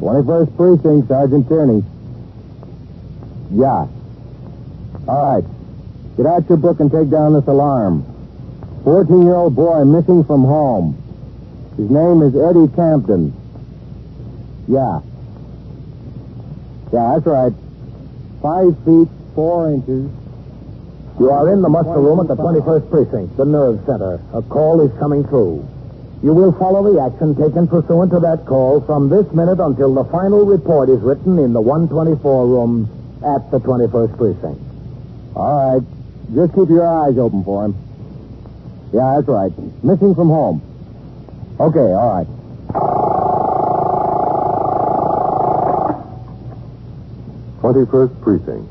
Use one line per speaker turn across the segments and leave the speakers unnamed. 21st Precinct, Sergeant Tierney. Yeah. All right. Get out your book and take down this alarm. 14 year old boy missing from home. His name is Eddie Campton. Yeah. Yeah, that's right. Five feet, four inches.
You are in the muster room at the 21st Precinct, the nerve center. A call is coming through. You will follow the action taken pursuant to that call from this minute until the final report is written in the 124 room at the 21st Precinct.
All right. Just keep your eyes open for him. Yeah, that's right. Missing from home. Okay, all right.
Twenty-first precinct,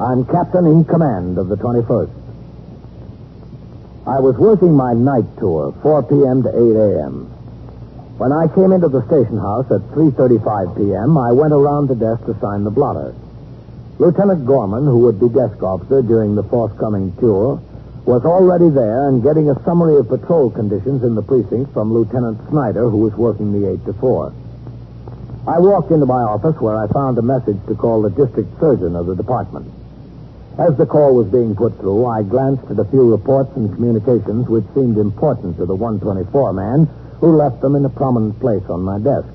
I'm captain in command of the 21st. I was working my night tour, 4 p.m. to 8 a.m. When I came into the station house at 3.35 p.m., I went around the desk to sign the blotter. Lieutenant Gorman, who would be desk officer during the forthcoming tour, was already there and getting a summary of patrol conditions in the precinct from Lieutenant Snyder, who was working the 8 to 4. I walked into my office where I found a message to call the district surgeon of the department. As the call was being put through, I glanced at a few reports and communications which seemed important to the 124 man, who left them in a prominent place on my desk.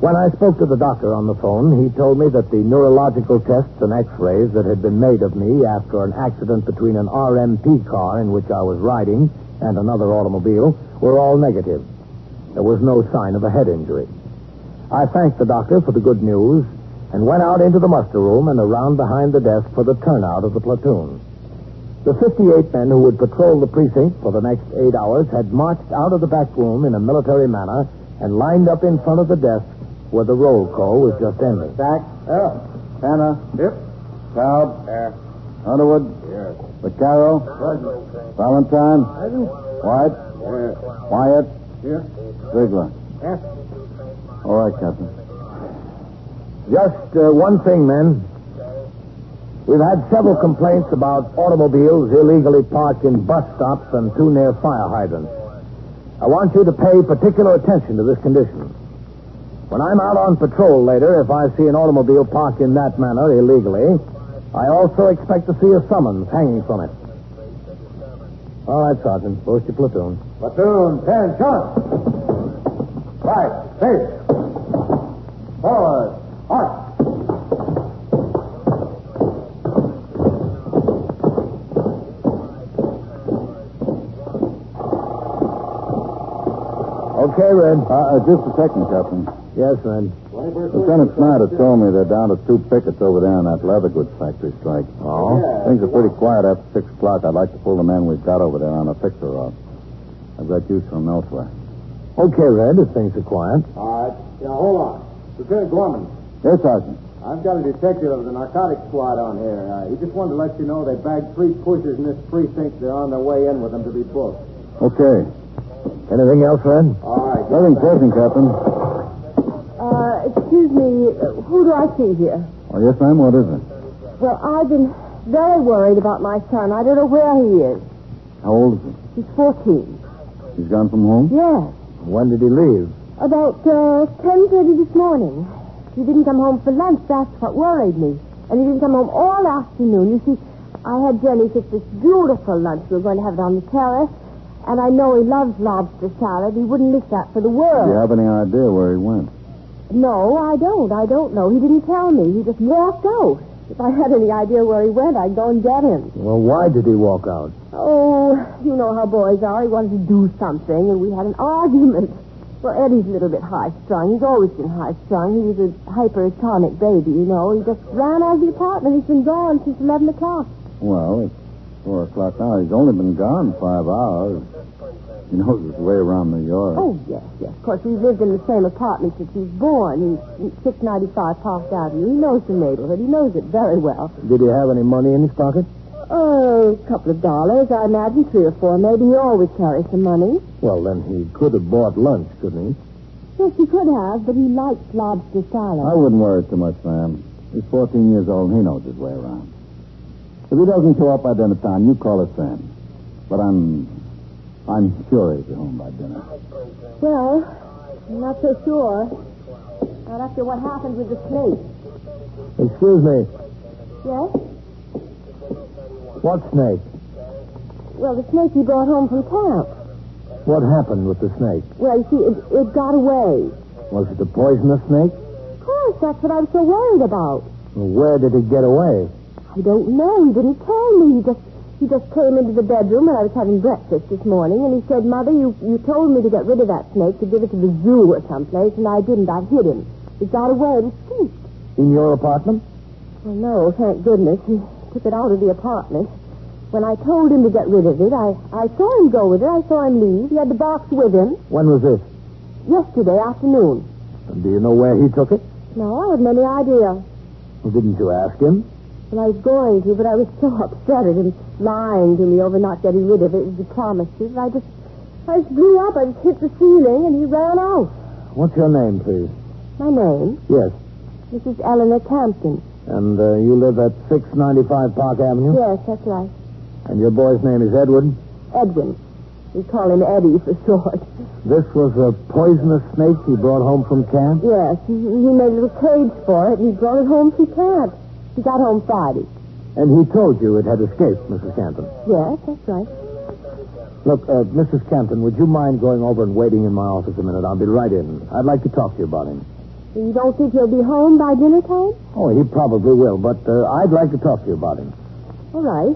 When I spoke to the doctor on the phone, he told me that the neurological tests and x-rays that had been made of me after an accident between an RMP car in which I was riding and another automobile were all negative. There was no sign of a head injury. I thanked the doctor for the good news and went out into the muster room and around behind the desk for the turnout of the platoon. The 58 men who would patrol the precinct for the next eight hours had marched out of the back room in a military manner and lined up in front of the desk where the roll call was just ending.
Sack. Yeah. Tanner.
Yep.
Taub.
There.
Underwood.
Yes.
Vaccaro. Valentine. White. Wyatt.
Here.
Ziegler.
Yes.
All right, Captain.
Just uh, one thing, men. We've had several complaints about automobiles illegally parked in bus stops and too near fire hydrants. I want you to pay particular attention to this condition. When I'm out on patrol later, if I see an automobile parked in that manner illegally, I also expect to see a summons hanging from it. All right, Sergeant. Post your platoon.
Platoon 10, shot. Right. Face. Forward. Arc.
Okay, Red.
Uh, uh, just a second, Captain.
Yes, Red.
Lieutenant Snyder told me they're down to two pickets over there in that leather goods factory strike.
Oh?
Things are pretty quiet after six o'clock. I'd like to pull the men we've got over there on a fixer up. I've got use for them elsewhere.
Okay, Red, if things are quiet.
All right. Now, hold on. Lieutenant Gorman,
Yes, Sergeant.
I've got a detective of the narcotics squad on here. Uh, he just wanted to let you know they bagged three pushers in this precinct. They're on their way in with them to be booked.
Okay.
Anything else, Red?
All right.
Nothing pressing, Captain. Oh,
Uh, excuse me, uh, who do I see here?
Oh, yes, ma'am. What is it?
Well, I've been very worried about my son. I don't know where he is.
How old is he?
He's 14.
He's gone from home?
Yes.
When did he leave?
About uh, 10.30 this morning. He didn't come home for lunch. That's what worried me. And he didn't come home all afternoon. You see, I had Jenny fix this beautiful lunch. We were going to have it on the terrace. And I know he loves lobster salad. He wouldn't miss that for the
Do you
world.
have any idea where he went?
No, I don't. I don't know. He didn't tell me. He just walked out. If I had any idea where he went, I'd go and get him.
Well, why did he walk out?
Oh, you know how boys are. He wanted to do something, and we had an argument. Well, Eddie's a little bit high strung. He's always been high strung. He was a hypertonic baby, you know. He just ran out of the apartment. He's been gone since 11 o'clock.
Well, it's four o'clock now. He's only been gone five hours. He knows his way around New York.
Oh, yes, yes. Of course, we've lived in the same apartment since he was born. He's 695 Park Avenue. He knows the neighborhood. He knows it very well.
Did he have any money in his pocket?
Oh, a couple of dollars, I imagine. Three or four, maybe. He always carries some money.
Well, then he could have bought lunch, couldn't he?
Yes, he could have, but he likes lobster salad.
I wouldn't worry too much, ma'am. He's 14 years old and he knows his way around. If he doesn't show up by dinner time, you call us then. But I'm. I'm sure he'll be home by dinner.
Well, I'm not so sure. Not after what happened with the plate.
Excuse me.
Yes?
What snake?
Well, the snake he brought home from camp.
What happened with the snake?
Well, you see, it, it got away.
Was it a poisonous snake?
Of course, that's what I'm so worried about.
Where did it get away?
I don't know. He didn't tell me. He just he just came into the bedroom when I was having breakfast this morning, and he said, "Mother, you you told me to get rid of that snake to give it to the zoo or someplace, and I didn't. I hid him. It got away and escaped."
In your apartment?
Well, Oh, no, thank goodness he took it out of the apartment. When I told him to get rid of it, I I saw him go with it. I saw him leave. He had the box with him
When was this?
yesterday afternoon.
Do you know where he took it?
No, I haven't any idea.
Didn't you ask him?
Well, I was going to, but I was so upset at him lying to me over not getting rid of it as he promised to. that I just, I just blew up. I just hit the ceiling, and he ran out.
What's your name, please?
My name,
Yes.
Mrs. Eleanor Campton.
And uh, you live at 695 Park Avenue?
Yes, that's right.
And your boy's name is Edward?
Edwin. We call him Eddie for short.
This was a poisonous snake he brought home from camp?
Yes, he, he made a little cage for it, and he brought it home from camp. He got home Friday.
And he told you it had escaped, Mrs. Campton.
Yes, that's right.
Look, uh, Mrs. Campton, would you mind going over and waiting in my office a minute? I'll be right in. I'd like to talk to you about him.
You don't think he'll be home by dinner time?
Oh, he probably will, but uh, I'd like to talk to you about him.
All right.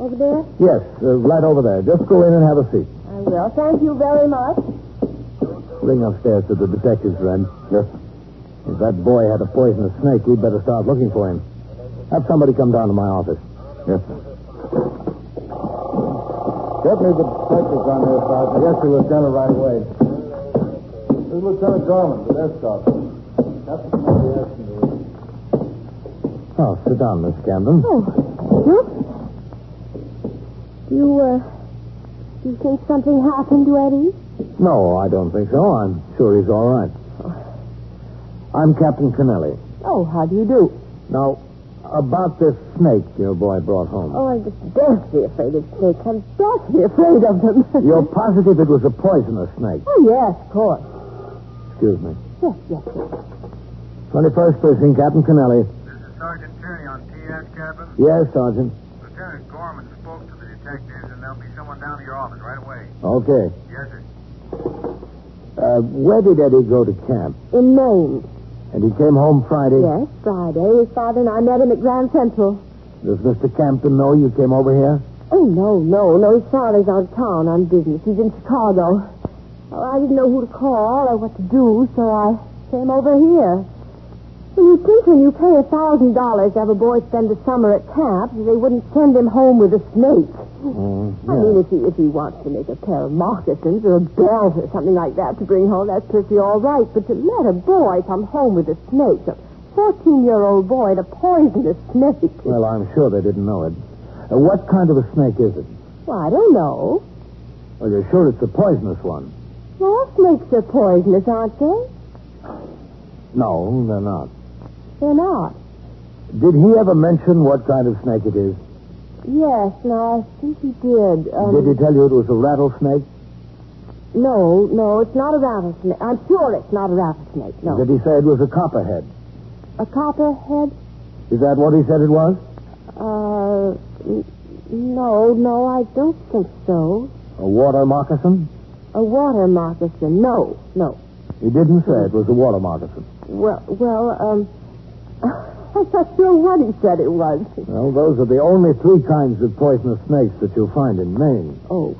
Over there?
Yes, uh, right over there. Just go in and have a seat.
I will. Thank you very much.
Ring upstairs to the detectives, Red.
Yes.
If that boy had a poisonous snake, we'd better start looking for him. Have somebody come down to my office.
Yes, sir.
Get me the detectives on there, Sergeant. Yes, sir, Lieutenant, right away.
This is Lieutenant Gorman, the desk office. Captain, what are you asking to leave?
Oh, sit down, Miss Camden.
Oh, look. You, uh, you think something happened to Eddie?
No, I don't think so. I'm sure he's all right. I'm Captain Kennelly.
Oh, how do you do?
Now, about this snake your boy brought home.
Oh, I'm just deathly afraid of snakes. I'm deathly afraid of them.
You're positive it was a poisonous snake.
Oh, yes, of course.
Excuse me.
Yes, yes.
21st Precinct, Captain Kennelly.
This is Sergeant Tierney on TS cabin.
Yes, Sergeant.
Lieutenant Gorman spoke to the detectives, and there'll be someone down to your office right away.
Okay.
Yes, sir.
Uh, where did Eddie go to camp?
In Maine.
And he came home Friday.
Yes, Friday. His father and I met him at Grand Central.
Does Mr. Campton know you came over here?
Oh, no, no, no. His father's out of town on business. He's in Chicago. Oh, I didn't know who to call or what to do, so I came over here. Well, you'd think when you pay a thousand dollars to have a boy spend a summer at camp, they wouldn't send him home with a snake.
Mm,
I mean, if he if he wants to make a pair of moccasins or a belt or something like that to bring home, that's perfectly all right. But to let a boy come home with a snake, a fourteen-year-old boy, and a poisonous snake.
Well, I'm sure they didn't know it. Uh, what kind of a snake is it?
Well, I don't know.
Well, you're sure it's a poisonous one?
All snakes are poisonous, aren't they?
No, they're not.
They're not.
Did he ever mention what kind of snake it is?
Yes, no, I think he did. Um,
Did he tell you it was a rattlesnake?
No, no, it's not a rattlesnake. I'm sure it's not a rattlesnake. No,
Did he say it was a copperhead?
a copperhead.
Is that what he said it was?
Uh, n- no, no, I don't think so.
A water moccasin?
A water moccasin. No, no.
He didn't say it was a water moccasin.
Well, well, um, I'm not sure what he said it was.
Well, those are the only three kinds of poisonous snakes that you'll find in Maine.
Oh,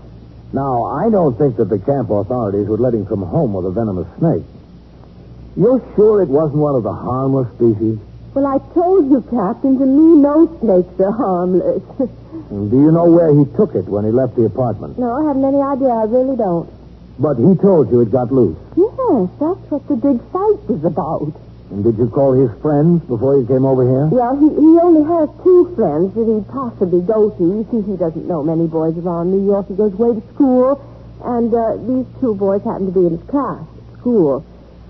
Now, I don't think that the camp authorities would let him come home with a venomous snake. You're sure it wasn't one of the harmless species?
well, I told you, Captain, to me, no snakes are harmless.
And do you know where he took it when he left the apartment?
No, I haven't any idea. I really don't.
But he told you it got loose.
Yes, that's what the big fight was about.
And did you call his friends before you came over here?
Well, he, he only has two friends that he'd possibly go to. You see, he doesn't know many boys around New York. He goes away to school, and uh, these two boys happen to be in his class at school.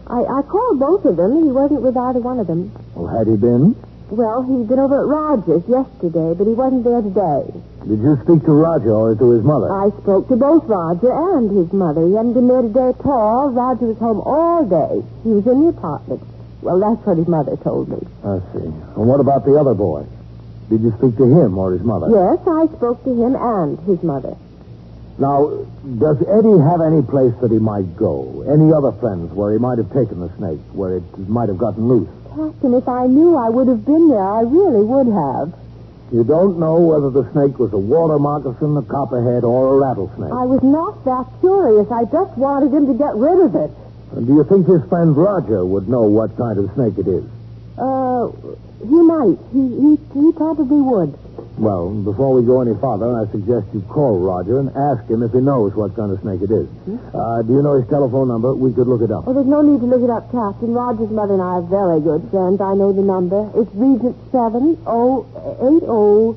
I, I called both of them. He wasn't with either one of them.
Well, had he been?
Well, he'd been over at Rogers yesterday, but he wasn't there today.
Did you speak to Roger or to his mother?
I spoke to both Roger and his mother. He hadn't been there today at all. Roger was home all day. He was in the apartment. Well, that's what his mother told me.
I see. And what about the other boy? Did you speak to him or his mother?
Yes, I spoke to him and his mother.
Now, does Eddie have any place that he might go? Any other friends where he might have taken the snake, where it might have gotten loose?
Captain, if I knew I would have been there, I really would have.
You don't know whether the snake was a water moccasin, a copperhead, or a rattlesnake.
I was not that curious. I just wanted him to get rid of it.
And do you think his friend Roger would know what kind of snake it is?
Uh, he might. He, he, he probably would.
Well, before we go any farther, I suggest you call Roger and ask him if he knows what kind of snake it is. Uh, do you know his telephone number? We could look it up.
Well, Oh, there's no need to look it up, Captain. Roger's mother and I are very good friends. I know the number. It's Regent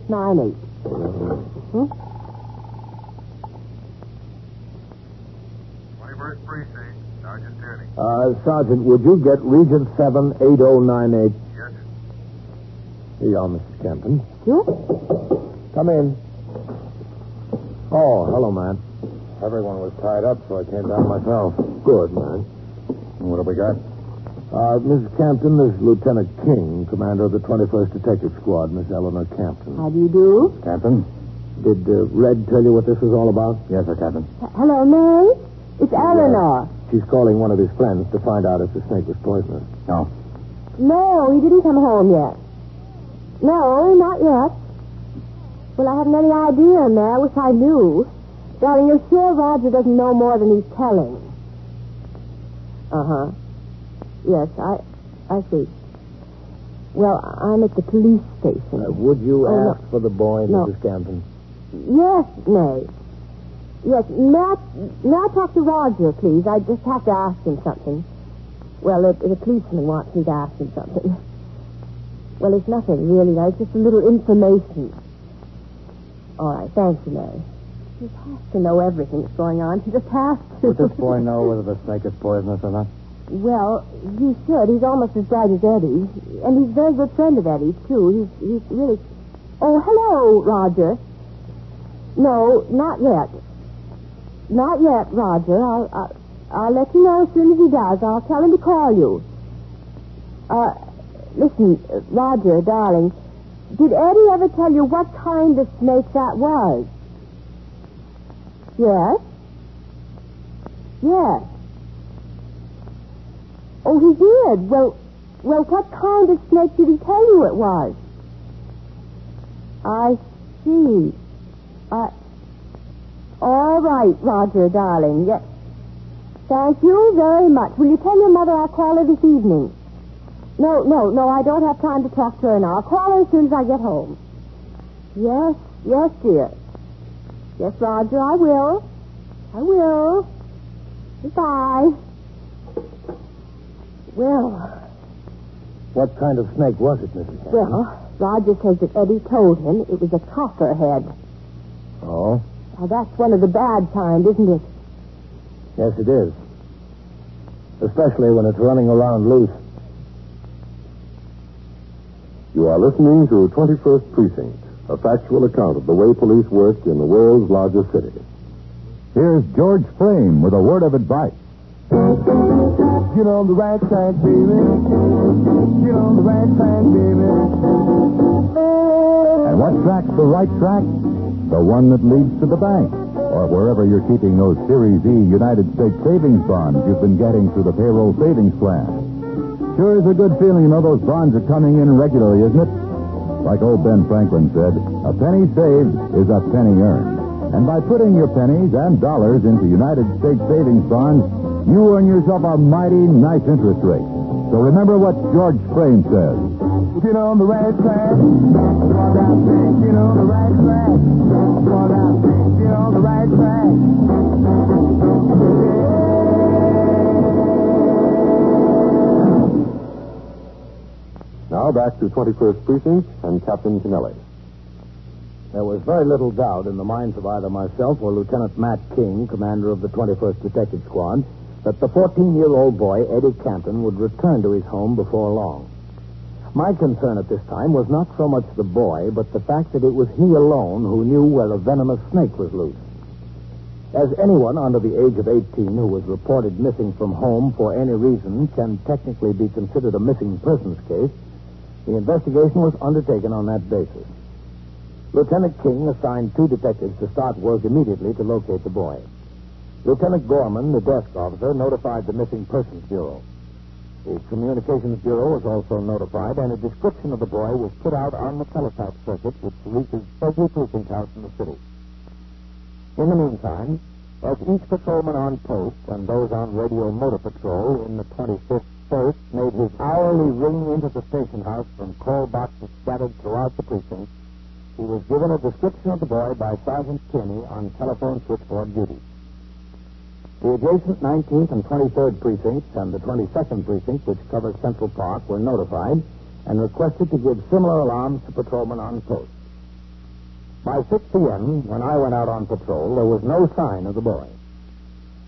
708098. Hmm?
Twenty-first precinct, Sergeant Tierney.
Uh, Sergeant, would you get Regent 78098?
Yes, sir.
Here you are, Mrs. Campton.
Sure.
Come in. Oh, hello, man.
Everyone was tied up, so I came down myself.
Good, man.
What have we got?
Uh, Mrs. Campton, this is Lieutenant King, commander of the 21st Detective Squad, Miss Eleanor Campton.
How do you do?
Captain?
Did uh, Red tell you what this was all about?
Yes, sir, Captain.
H- Hello, Mary? It's Eleanor.
She's calling one of his friends to find out if the snake was poisonous.
No.
No, he didn't come home yet. No, not yet. Well, I haven't any idea, Mary. I wish I knew. Darling, you're sure Roger doesn't know more than he's telling. Uh huh. Yes, I, I see. Well, I'm at the police station.
Uh, would you
Oh, no.
ask for the boy,
No.
Mrs. Campton?
Yes, May. Yes, may I, may I talk to Roger, please? I just have to ask him something. Well, if, if a policeman wants me to ask him something. Well, it's nothing, really. though. It's just a little information. All right, thank you, Mary. He has to know everything that's going on. He just has to.
Would this boy know whether the snake is poisonous or not?
Well, he should. He's almost as bright as Eddie. And he's a very good friend of Eddie's, too. He's, he's really. Oh, hello, Roger. No, not yet. Not yet, Roger. I'll, I'll, I'll let you know as soon as he does. I'll tell him to call you. Uh, listen, uh, Roger, darling. Did Eddie ever tell you what kind of snake that was? Yes? Yes. Oh, he did. Well, well, what kind of snake did he tell you it was? I see. I. All right, Roger, darling. Yes. Thank you very much. Will you tell your mother I'll call her this evening? No, no, no. I don't have time to talk to her now. I'll call her as soon as I get home. Yes, yes, dear. Yes, Roger, I will. I will. Goodbye. Well,
What kind of snake was it, Mrs. Campton?
well, Roger says that Eddie told him it was a copperhead.
Oh?
Now, that's one of the bad kind, isn't it?
Yes, it is. Especially when it's running around loose.
You are listening to 21st Precinct, a factual account of the way police work in the world's largest city.
Here's George Frame with a word of advice. Get on the right side, baby. Get on the right side, baby. And what track's the right track? The one that leads to the bank, or wherever you're keeping those Series E United States savings bonds you've been getting through the payroll savings plan. Sure is a good feeling to know those bonds are coming in regularly, isn't it? Like old Ben Franklin said, a penny saved is a penny earned. And by putting your pennies and dollars into United States savings bonds, you earn yourself a mighty nice interest rate. So remember what George Crane says. Get on the right track. Get on the right track. Get on the right track.
Now back to 21st Precinct and Captain Kennelly.
There was very little doubt in the minds of either myself or Lieutenant Matt King, commander of the 21st Detective Squad, that the 14 year old boy, Eddie Canton, would return to his home before long. My concern at this time was not so much the boy, but the fact that it was he alone who knew where a venomous snake was loose. As anyone under the age of 18 who was reported missing from home for any reason can technically be considered a missing persons case, the investigation was undertaken on that basis. Lieutenant King assigned two detectives to start work immediately to locate the boy. Lieutenant Gorman, the desk officer, notified the Missing Persons Bureau. The Communications Bureau was also notified, and a description of the boy was put out on the teletype circuit, which reaches every precinct house in the city. In the meantime, as each patrolman on post and those on radio motor patrol in the 25th First made his hourly ring into the station house from call boxes scattered throughout the precinct, he was given a description of the boy by Sergeant Tierney on telephone switchboard duty. The adjacent 19th and 23rd precincts and the 22nd precinct, which covers Central Park, were notified and requested to give similar alarms to patrolmen on post. By 6 p.m., when I went out on patrol, there was no sign of the boy.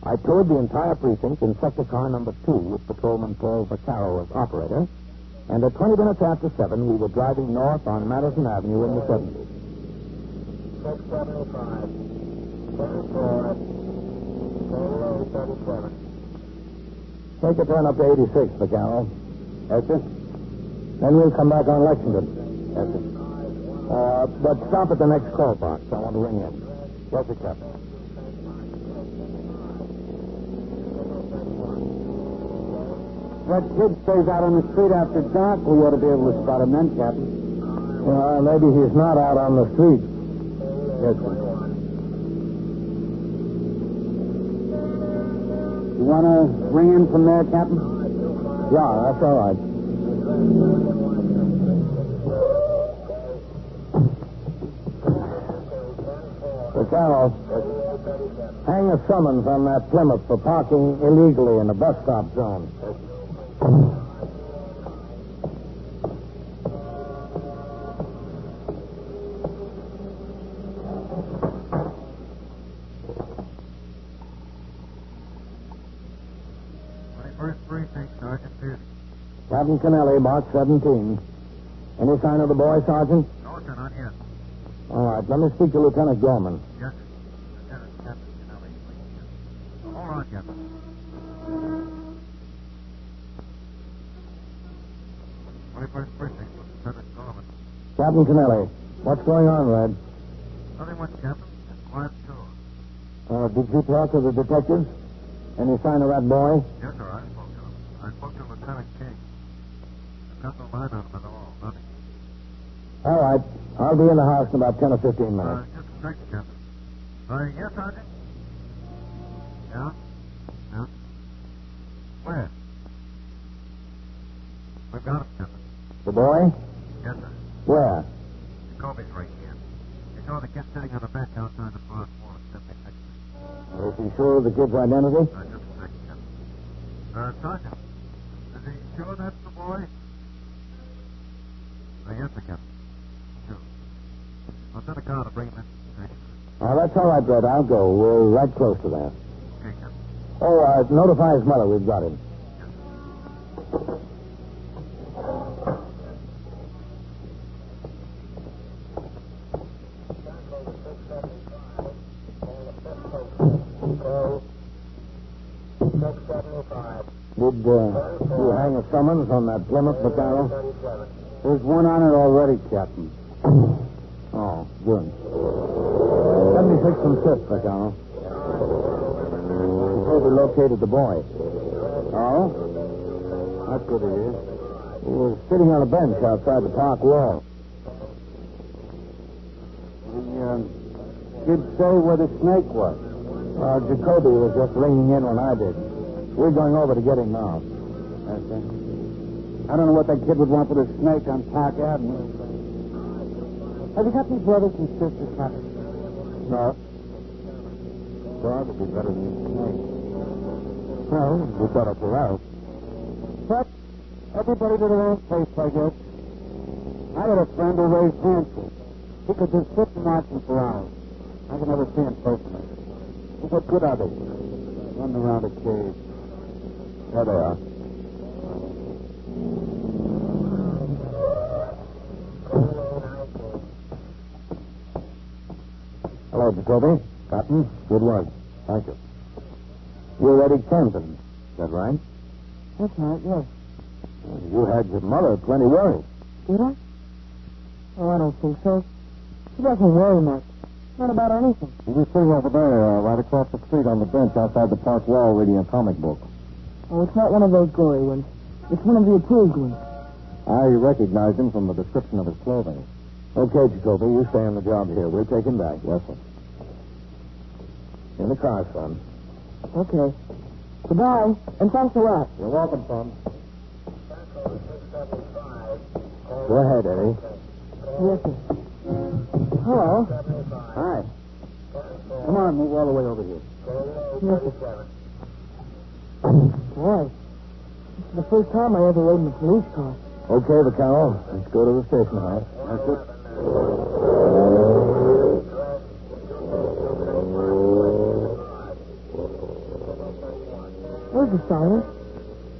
I toured the entire precinct in sector car number two with Patrolman Paul Vaccaro as operator, and at 20 minutes after 7, we were driving north on Madison Avenue in the 70s. 6705, 24, Take a turn up to 86, Vaccaro. Yes, sir. Then we'll come back on Lexington. Yes, sir. Uh, but stop at the next call box. I want to ring in. Yes, sir, Captain.
That kid stays out on the street after dark. We ought to be able to spot him then, Captain.
Well, maybe he's not out on the street. Yes, sir.
You want to ring in from there, Captain?
Yeah, that's all right. Vaccaro, hang a summons on that Plymouth for parking illegally in the bus stop zone.
Twenty-first precinct, Sergeant Pearson.
Captain Kennelly, box 17. Any sign of the boy, Sergeant?
No, sir, not yet.
All right, let me speak to Lieutenant Gorman.
Yes, sir. Lieutenant Captain Kennelly. please. Hold on, Captain. Twenty-first precinct, Lieutenant Gorman.
Captain Kennelly, what's going on, Red?
Nothing much, Captain. Just quiet too.
Uh, did you talk to the detectives? Any sign of that boy?
Yes, sir, I spoke to him. I spoke to Lieutenant King. I've got no line on him at all. Nothing.
All right. I'll be in the house in about 10 or 15
Uh,
minutes.
just a second, Captain. Uh, yes, Sergeant? Yeah? Yeah? Where? We've got him, Captain.
The boy?
Yes, sir.
Where?
Jacoby's right here. You saw the kid sitting on the bench outside the first wall at 76.
Is he sure of the kid's identity?
Uh, just a second, Captain. Uh, Sergeant, is he sure that's the boy? Uh, yes, sir, Captain. Sure. I'll send a car to bring him in. Thank you.
Oh, that's all right, Red. I'll go. We're right close to that.
Okay, Captain.
Oh, uh, notify his mother. We've got him. Did uh, you hang a summons on that Plymouth McDonald?
There's one on it already, Captain.
Oh, good. 76 and 5th, McDonald. Suppose we located Oh, the boy.
Oh?
That's good of you. He was sitting on a bench outside the park wall.
The
uh,
um, kid say where the snake was.
Uh, Jacoby was just ringing in when I did. We're going over to get him now.
That's it.
I don't know what that kid would want with a snake on Park Avenue. Have you got any brothers and sisters, Captain?
No. Bob would be better than you.
No.
We thought it allowed.
But everybody to their own place, I guess. I had a friend who raised dancers. He could just sit and watch them for hours. I could never see him personally. He got good at it. Running around a cave.
There they are.
Hello, Jacoby. Cotton, good work. Thank you. You're Eddie Camden. Is that right?
That's right, yes.
You had your mother plenty worried.
Did I? Oh, I don't think so. She doesn't worry much. Not about anything.
You sitting over there, uh, right across the street on the bench outside the park wall reading a comic book.
Oh, it's not one of those gory ones. It's one of the approved ones.
I recognized him from the description of his clothing.
Okay, Jacoby, you stay on the job here. We'll take him back.
Yes, sir.
In the car, son.
Okay. Goodbye, and thanks a lot.
You're welcome, son.
Go ahead, Eddie.
Yes, sir. Hello.
Hi. Come on, move all the way over here.
Yes, sir. Boy, this is the first time I ever rode in a police car.
Okay, Vaccaro. Let's go to the station house.
That's it.
Where's the siren?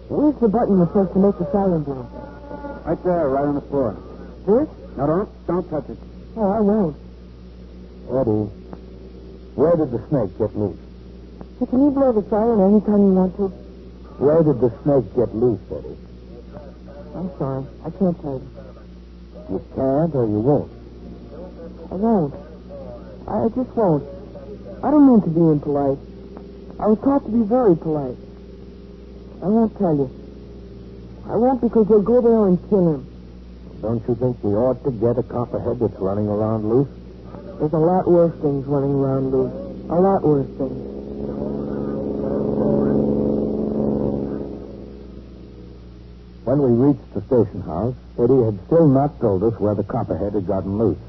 Where's the button that's supposed to make the siren blow?
Right there, right on the floor.
This?
No, don't, don't touch it.
Oh, I won't.
Eddie, where did the snake get loose?
But can you blow the siren anytime you want to?
Where did the snake get loose, Eddie?
I'm sorry. I can't tell you.
You can't or you won't.
I won't. I I just won't. I don't mean to be impolite. I was taught to be very polite. I won't tell you. I won't because you'll go there and kill him.
Don't you think we ought to get a copperhead that's running around loose?
There's a lot worse things running around loose. A lot worse things.
When we reached the station house, Eddie had still not told us where the copperhead had gotten loose.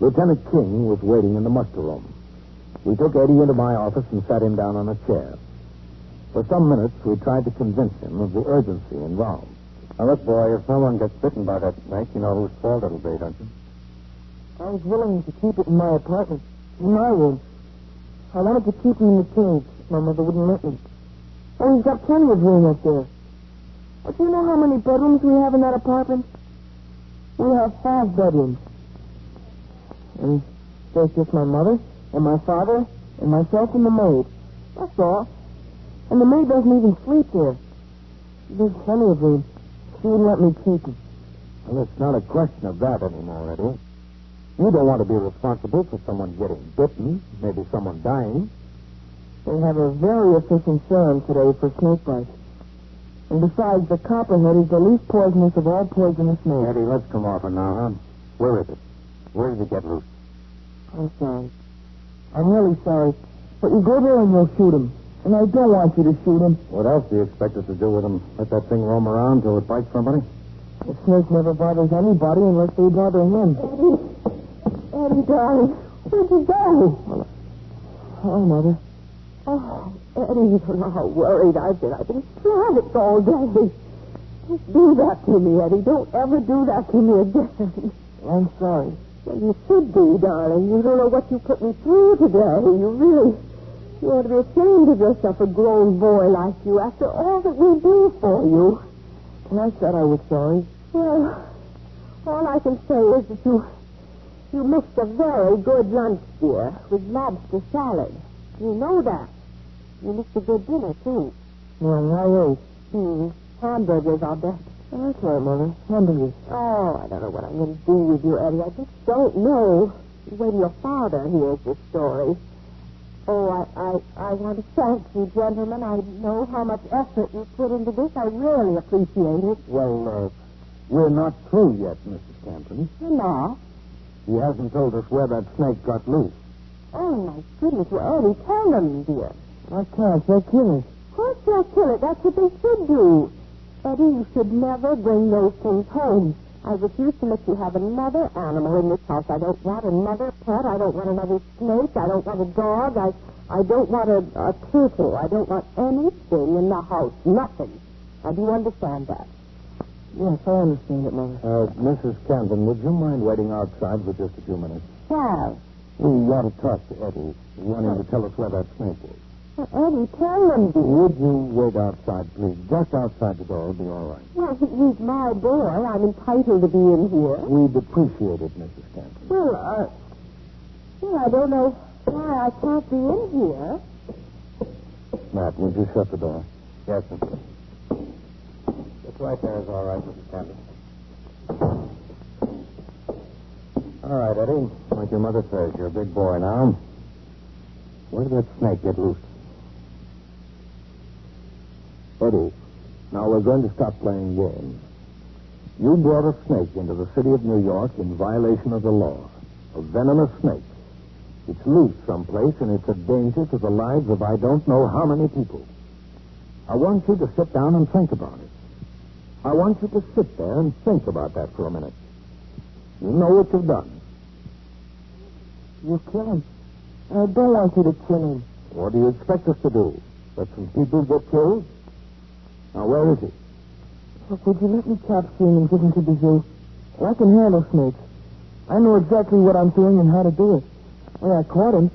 Lieutenant King was waiting in the muster room. We took Eddie into my office and sat him down on a chair. For some minutes, we tried to convince him of the urgency involved.
Now, look, boy, if someone gets bitten by that snake, you know whose fault it'll be, don't you?
I was willing to keep it in my apartment, in my room. I wanted to keep him in the cage. My mother wouldn't let me. Oh, he's got plenty of room up there. But do you know how many bedrooms we have in that apartment? We have five bedrooms. And there's just my mother, and my father, and myself, and the maid. That's all. And the maid doesn't even sleep there. There's plenty of room. She wouldn't let me keep him.
Well, it's not a question of that anymore, Eddie. You don't want to be responsible for someone getting bitten, maybe someone dying.
They have a very efficient serum today for snake bites. And besides, the copperhead is the least poisonous of all poisonous snakes.
Eddie, let's come off it now, huh? Where is it? Where did it get loose?
I'm sorry. I'm really sorry. But you go there and you'll shoot him. And I don't want you to shoot him.
What else do you expect us to do with him? Let that thing roam around till it bites somebody?
The snake never bothers anybody unless they bother him.
Eddie, Eddie, darling, where'd you go?
Oh, Mother.
Oh, Eddie, you don't know how worried I've been. I've been frantic all day. Don't do that to me, Eddie. Don't ever do that to me again.
I'm sorry.
Well, you should be, darling. You don't know what you put me through today. You really, you ought to be ashamed of yourself, a grown boy like you, after all that we do for you.
And I said I was sorry.
Well, all I can say is that you, you missed a very good lunch, dear, with lobster salad. You know that. You missed a good dinner, too.
Well,
Hmm, hamburgers, I'll bet.
I ate. That's right, Mother. Hamburgers.
Oh, I don't know what I'm going to do with you, Eddie. I just don't know. When your father hears this story. Oh, I, I, I want to thank you, gentlemen. I know how much effort you put into this. I really appreciate it.
Well, uh, we're not through yet, Mrs. Campton.
You know.
He hasn't told us where that snake got loose.
Oh, my goodness. Well, Eddie, tell them, dear.
I can't. They'll kill us.
Of course they'll kill it. That's what they should do.
Eddie, you should never bring those things home. I refuse to let you have another animal in this house. I don't want another pet. I don't want another snake. I don't want a dog. I, I don't want a, a turtle. I don't want anything in the house. Nothing. Now, do you understand that?
Yes, I understand it, Mother.
Uh, Mrs. Camden, would you mind waiting outside for just a few minutes?
Well,
We want to talk to Eddie. We want him to tell us where that snake is.
Eddie, tell them.
Would you wait outside, please? Just outside the door will be all right.
Well, he's my boy. I'm entitled to be in here.
We'd appreciate it, Mrs. Camden.
Well, uh, well, I don't know why I can't be in here.
Matt, would you shut the door? Yes, sir. It's right there is all right, Mrs. Camden. All right, Eddie. Like your mother says, you're a big boy now. Where did that snake get loose? Eddie, now we're going to stop playing games. You brought a snake into the city of New York in violation of the law. A venomous snake. It's loose someplace, and it's a danger to the lives of I don't know how many people. I want you to sit down and think about it. I want you to sit there and think about that for a minute. You know what you've done.
You kill him. I don't want you to kill him.
What do you expect us to do? Let some people get killed? Now, where is he?
Look, would you let me capture him and give him to the zoo? I can handle snakes. I know exactly what I'm doing and how to do it. When I caught him,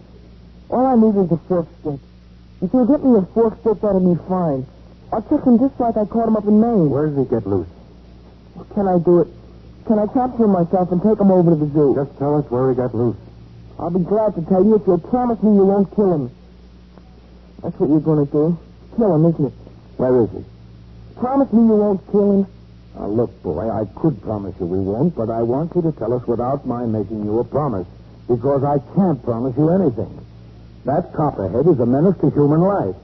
all I need is a fork stick. If you'll get me a fork stick, that'll be fine. I'll trick him just like I caught him up in Maine.
Where does he get loose?
Can I do it? Can I capture him myself and take him over to the zoo?
Just tell us where he got loose.
I'll be glad to tell you if you'll promise me you won't kill him. That's what you're going to do. Kill him, isn't it?
Where is he?
Promise me you won't kill him.
Now, Uh, look, boy, I could promise you we won't, but I want you to tell us without my making you a promise, because I can't promise you anything. That copperhead is a menace to human life.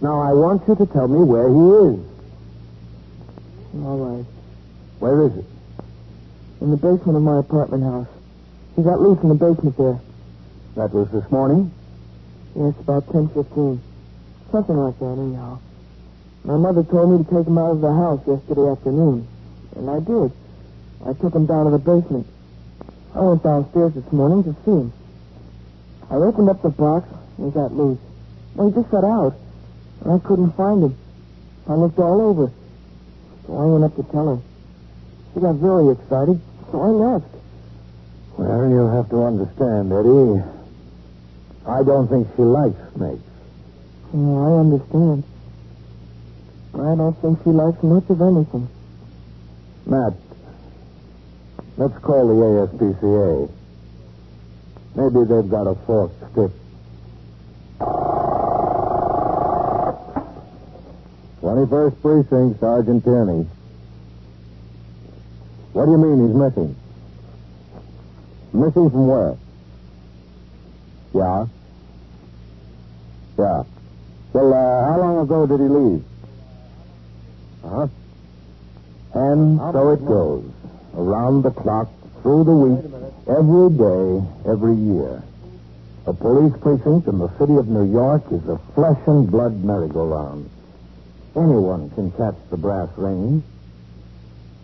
Now, I want you to tell me where he is.
All right.
Where is he?
In the basement of my apartment house. He got loose in the basement there.
That was this morning.
Yes, about ten fifteen, Something like that, anyhow. My mother told me to take him out of the house yesterday afternoon. And I did. I took him down to the basement. I went downstairs this morning to see him. I opened up the box, and he got loose. Well, he just got out, and I couldn't find him. I looked all over. So I went up to tell her. She got very excited, so I left.
Well, you'll have to understand, Eddie. I don't think she likes snakes.
Yeah, I understand. I don't think she likes much of anything.
Matt, let's call the ASPCA. Maybe they've got a forked stick.
Twenty-first precinct, Sergeant Tierney. What do you mean he's missing? Missing from where? Yeah. Yeah. Well, uh, how long ago did he leave?
Uh-huh.
Uh huh. And so it goes. Around the clock, through the week,
Every day, every year, a police precinct in the city of New York is a flesh and blood merry-go-round. Anyone can catch the brass ring,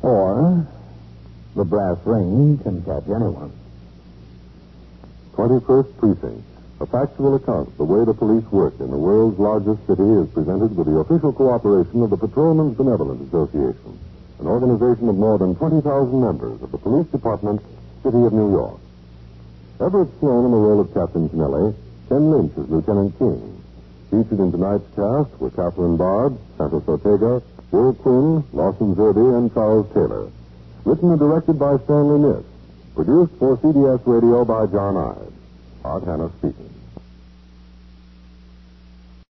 or the brass ring can catch anyone.
21st Precinct. A factual account of the way the police work in the world's largest city is presented with the official cooperation of the Patrolmen's Benevolent Association, an organization of more than 20,000 members of the Police Department, City of New York. Everett Sloan in the role of Captain Kennelly, Ken Lynch as Lieutenant King. Featured in tonight's cast were Catherine Bard, Santos Ortega, Will Quinn, Lawson Zerbe, and Charles Taylor. Written and directed by Stanley Niss. Produced for CBS Radio by John Ives. Art Hannah speaking.